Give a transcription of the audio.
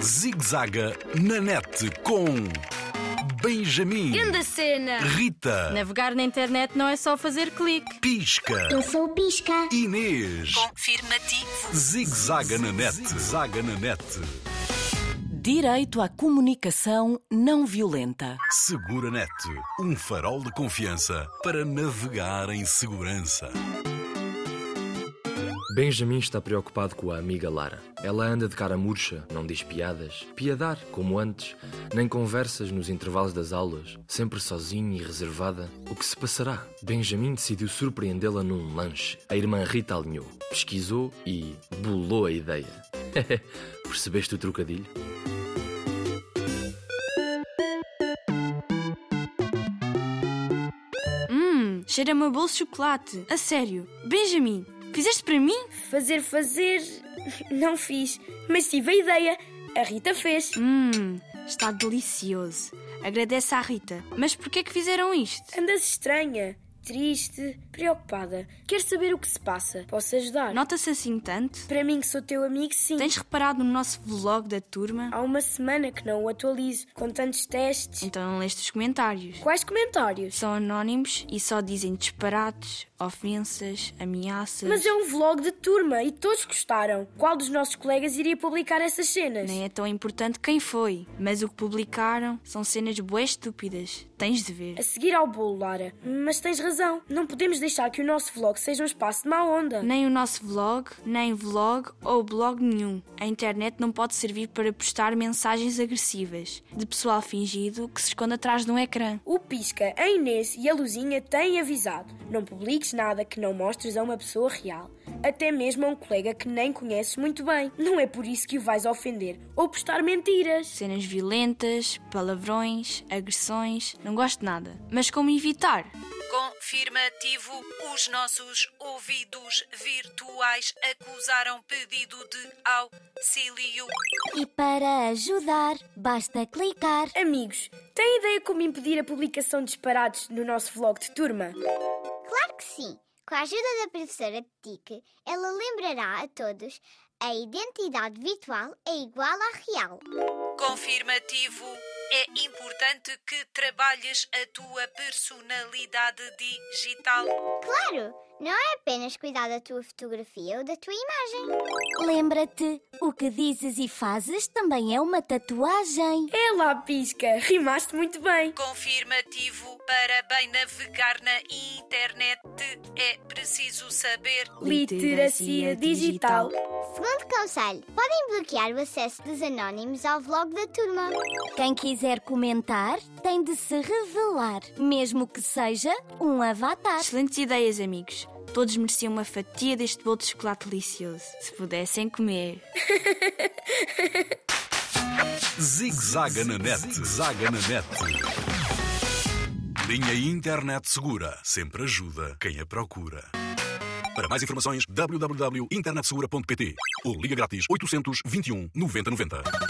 Zigzaga na net com Benjamin, Grande cena! Rita, Navegar na internet não é só fazer clique. Pisca, Eu sou o Pisca. Inês. Confirmativo. Zigzaga na net, zaga na net. Direito à comunicação não violenta. Segura net, um farol de confiança para navegar em segurança. Benjamin está preocupado com a amiga Lara. Ela anda de cara murcha, não diz piadas, piadar, como antes, nem conversas nos intervalos das aulas, sempre sozinha e reservada. O que se passará? Benjamin decidiu surpreendê-la num lanche. A irmã Rita alinhou, pesquisou e bolou a ideia. Percebeste o trocadilho? Hum, cheira-me a bolo de chocolate. A sério. Benjamin, fizeste para mim? Fazer, fazer. Não fiz. Mas tive a ideia. A Rita fez. Hum, está delicioso. Agradece à Rita. Mas porquê que fizeram isto? Andas estranha, triste, preocupada. Queres saber o que se passa? Posso ajudar? Nota-se assim tanto? Para mim, que sou teu amigo, sim. Tens reparado no nosso vlog da turma? Há uma semana que não o atualizo, com tantos testes. Então não leste os comentários. Quais comentários? São anónimos e só dizem disparates, ofensas, ameaças. Mas é um vlog de turma e todos gostaram. Qual dos nossos colegas iria publicar essas cenas? Nem é tão importante quem foi, mas o que publicaram são cenas bué estúpidas. Tens de ver. A seguir ao bolo, Lara. Mas tens razão. Não podemos deixar que o nosso vlog seja um espaço de má onda. Nem o nosso vlog, nem vlog ou blog nenhum. A internet não pode servir para postar mensagens agressivas de pessoal fingido que se esconde atrás de um ecrã. O Pisca, a Inês e a Luzinha têm avisado: não publiques nada que não mostres a uma pessoa real, até mesmo a um colega que nem conheces muito bem. Não é por isso que o vais ofender ou postar mentiras. Cenas violentas, palavrões, agressões, não gosto de nada. Mas como evitar? Confirmativo. Os nossos ouvidos virtuais acusaram pedido de auxílio. E para ajudar, basta clicar. Amigos, têm ideia como impedir a publicação de disparados no nosso vlog de turma? Claro que sim. Com a ajuda da professora Tique, ela lembrará a todos a identidade virtual é igual à real. Confirmativo. É importante que trabalhes a tua personalidade digital. Claro, não é apenas cuidar da tua fotografia ou da tua imagem. Lembra-te, o que dizes e fazes também é uma tatuagem. É lá, Pisca, rimaste muito bem. Confirmativo. Para bem navegar na internet é preciso saber Literacia digital. Segundo conselho, podem bloquear o acesso dos anónimos ao vlog da turma. Quem quiser comentar tem de se revelar, mesmo que seja um avatar. Excelentes ideias, amigos. Todos mereciam uma fatia deste bolo de chocolate delicioso. Se pudessem comer. Zigzaga na net, zaga na net. Linha Internet Segura sempre ajuda quem a procura. Para mais um informações, www.internetsegura.pt ou liga grátis 821 9090.